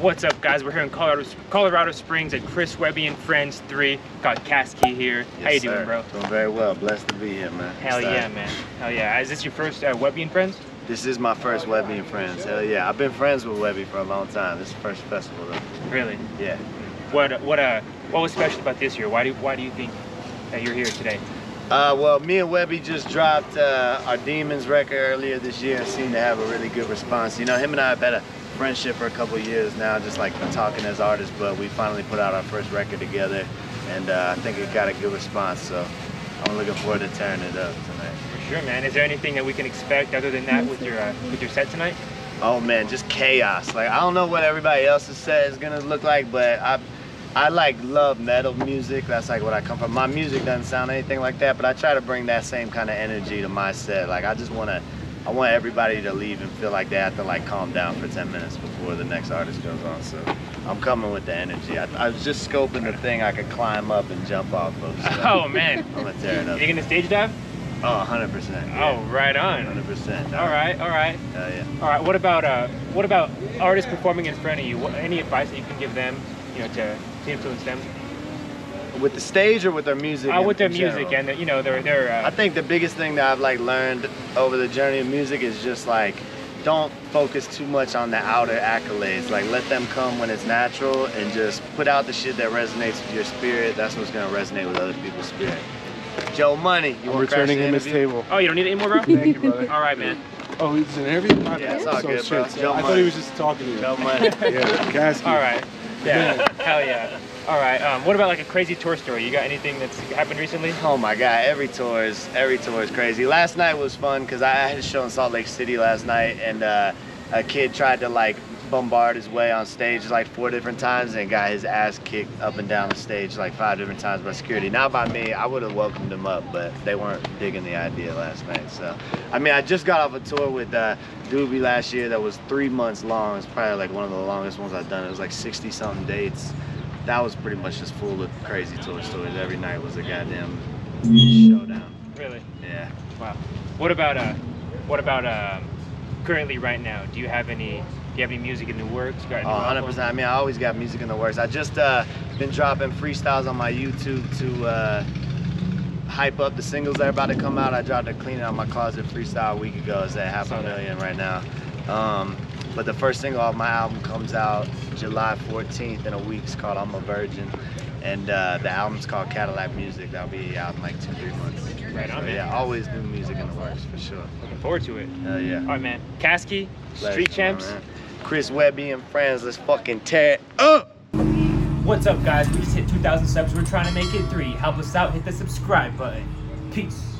What's up, guys? We're here in Colorado, Colorado Springs at Chris Webby and Friends 3. Got Caskey here. How you Yes, doing, sir. bro? Doing very well. Blessed to be here, man. Hell Excited. yeah, man. Hell yeah. Is this your first uh, Webby and Friends? This is my first Webby and Friends. Hell yeah. I've been friends with Webby for a long time. This is the first festival. Though. Really? Yeah. What what uh what was special about this year? Why do why do you think that you're here today? Uh, well, me and Webby just dropped uh, our Demons record earlier this year and seemed to have a really good response. You know, him and I have had a friendship for a couple years now, just like talking as artists, but we finally put out our first record together and uh, I think it got a good response. So I'm looking forward to tearing it up tonight. For sure, man. Is there anything that we can expect other than that with your uh, with your set tonight? Oh man, just chaos. Like I don't know what everybody else's set is gonna look like, but I I like love metal music. That's like what I come from. My music doesn't sound anything like that, but I try to bring that same kind of energy to my set. Like I just wanna I want everybody to leave and feel like they have to like calm down for 10 minutes before the next artist goes on. So I'm coming with the energy. I, I was just scoping the thing I could climb up and jump off of. So Oh man. I'm gonna tear it You up. gonna stage dive? Oh, 100%. Oh, Yeah. right on. 100%. All right, all right, Hell yeah. all right. What about uh, what about artists performing in front of you? What, any advice that you can give them, you know, to, to influence them? With the stage or with their music? Uh, in- with their in music general? and their, you know their their. I Uh, think the biggest thing that I've like learned over the journey of music is just like don't focus too much on the outer accolades. Like let them come when it's natural and just put out the shit that resonates with your spirit. That's what's gonna resonate with other people's spirit. Joe Money, you I'm wanna crash returning the him his interview? table. oh, you don't need it anymore, bro. Thank you, brother. All right, man. Oh, it's an interview? My Yeah, it's bad. all So good, shit. bro. Don't I thought mind. he was just talking to you. Joe Money. Yeah, Caskey. All right. Yeah. Hell yeah. All right. Um, what about like a crazy tour story? You got anything that's happened recently? Oh my god, every tour is every tour is crazy. Last night was fun because I had a show in Salt Lake City last night, and uh, a kid tried to like bombard his way on stage like four different times and got his ass kicked up and down the stage like five different times by security. Not by me. I would have welcomed him up, but they weren't digging the idea last night. So, I mean, I just got off a tour with uh, Doobie last year that was three months long. It's probably like one of the longest ones I've done. It was like sixty something dates that was pretty much just full of crazy tour stories. Every night was a goddamn showdown. Really? Yeah. Wow. What about uh, what about um, currently right now? Do you have any? Do you have any music in the works? You got a new Oh, 100 album? percent. I mean, I always got music in the works. I just uh, been dropping freestyles on my YouTube to uh, hype up the singles that are about to come out. I dropped a clean out my closet freestyle a week ago. It's at half Saw a that. million right now. Um, but the first single off my album comes out July 14th in a week. It's called I'm a Virgin, and uh, the album's called Cadillac Music. That'll be out in like two, three months. Right on, So, man. yeah, always new music in the works for sure. Looking forward to it. Hell All yeah. right, man. Caskey, Street Blast, Champs. man. Chris Webby and friends, let's fucking tear it up. What's up, guys? We just hit 2,000 subs. We're trying to make it three. Help us out. Hit the subscribe button. Peace.